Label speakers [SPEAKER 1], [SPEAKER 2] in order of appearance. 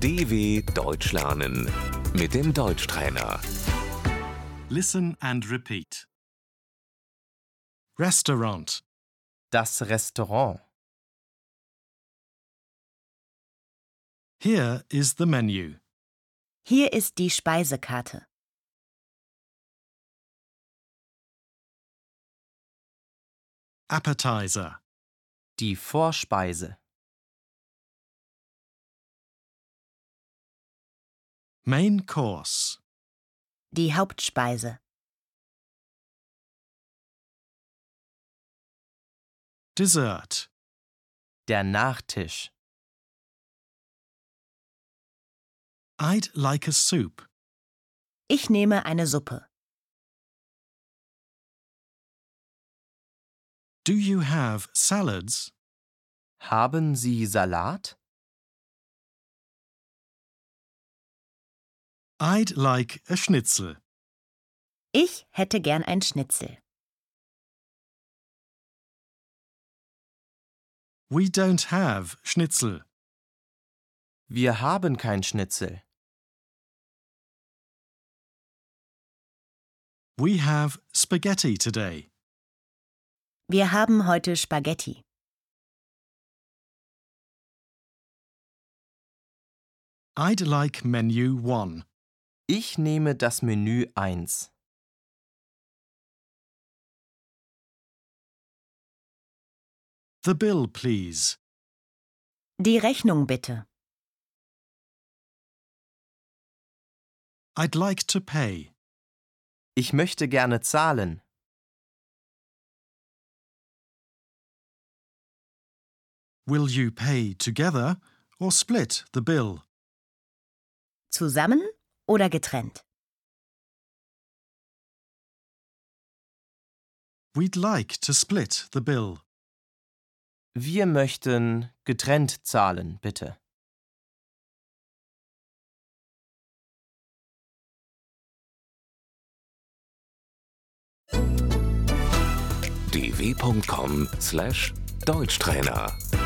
[SPEAKER 1] DW Deutsch lernen mit dem Deutschtrainer.
[SPEAKER 2] Listen and repeat. Restaurant.
[SPEAKER 3] Das Restaurant.
[SPEAKER 2] Here is the menu.
[SPEAKER 4] Hier ist die Speisekarte.
[SPEAKER 2] Appetizer.
[SPEAKER 3] Die Vorspeise.
[SPEAKER 2] Main course.
[SPEAKER 4] Die Hauptspeise.
[SPEAKER 2] Dessert.
[SPEAKER 3] Der Nachtisch.
[SPEAKER 2] I'd like a soup.
[SPEAKER 4] Ich nehme eine Suppe.
[SPEAKER 2] Do you have salads?
[SPEAKER 3] Haben Sie Salat?
[SPEAKER 2] I'd like a schnitzel.
[SPEAKER 4] Ich hätte gern ein Schnitzel.
[SPEAKER 2] We don't have schnitzel.
[SPEAKER 3] Wir haben kein Schnitzel.
[SPEAKER 2] We have spaghetti today.
[SPEAKER 4] Wir haben heute Spaghetti.
[SPEAKER 2] I'd like menu 1.
[SPEAKER 3] Ich nehme das Menü 1.
[SPEAKER 2] The bill, please.
[SPEAKER 4] Die Rechnung bitte.
[SPEAKER 2] I'd like to pay.
[SPEAKER 3] Ich möchte gerne zahlen.
[SPEAKER 2] Will you pay together or split the bill?
[SPEAKER 4] Zusammen oder getrennt?
[SPEAKER 2] We'd like to split the bill.
[SPEAKER 3] Wir möchten getrennt zahlen, bitte.
[SPEAKER 1] dw.com/deutschtrainer